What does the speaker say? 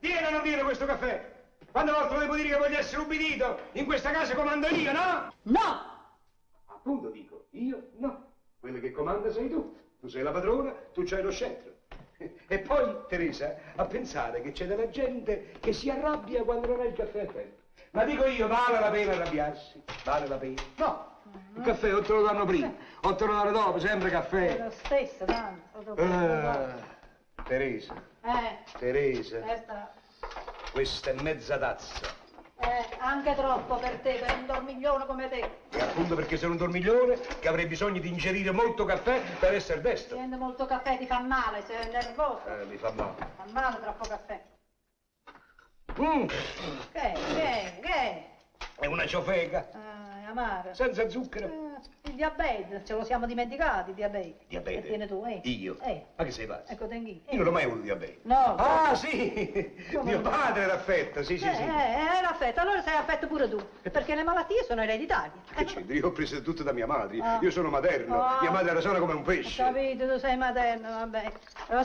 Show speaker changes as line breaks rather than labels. Pieno o non pieno questo caffè? Quando l'altro devo dire che voglio essere ubbidito? In questa casa comando io, no?
No!
Appunto dico, io no. Quello che comanda sei tu. Tu sei la padrona, tu c'hai lo scettro. E poi, Teresa, a pensare che c'è della gente che si arrabbia quando non ha il caffè a tempo. Ma dico io, vale la pena arrabbiarsi? Vale la pena? No! Il caffè o te lo danno prima, o te lo danno dopo, sempre
È
caffè.
lo stesso, tanto. dopo-
Ah, Teresa,
Eh, certo.
Teresa,
questa
questa è mezza tazza.
è Eh, anche troppo per te, per un dormiglione come te.
E appunto perché sono un dormiglione che avrei bisogno di ingerire molto caffè per essere
Se
destro.
prende molto caffè ti fa male, sei nervoso.
Eh, mi fa male.
Fa male troppo caffè.
Mm,
Che, che, che?
è una ciofeca,
Ah, è amaro.
senza zucchero.
Ah, il diabete, ce lo siamo dimenticati, il diabete.
Diabete?
Che tieni tu, eh?
Io?
Eh,
Ma che sei pazzo?
ecco, tenghi.
Io non ho mai avuto diabete.
No.
Ah, sì!
Come
Mio
no?
padre era affetto, sì,
Eh,
sì, sì.
eh, eh, l'affetto, allora sei affetto pure tu, perché le malattie sono ereditarie. Eh,
Che c'entra? Io ho preso tutto da mia madre.
Ah.
Io sono materno.
Ah.
Mia madre era sana come un
Ho
pesce.
capito, tu sei materno, vabbè. Allora,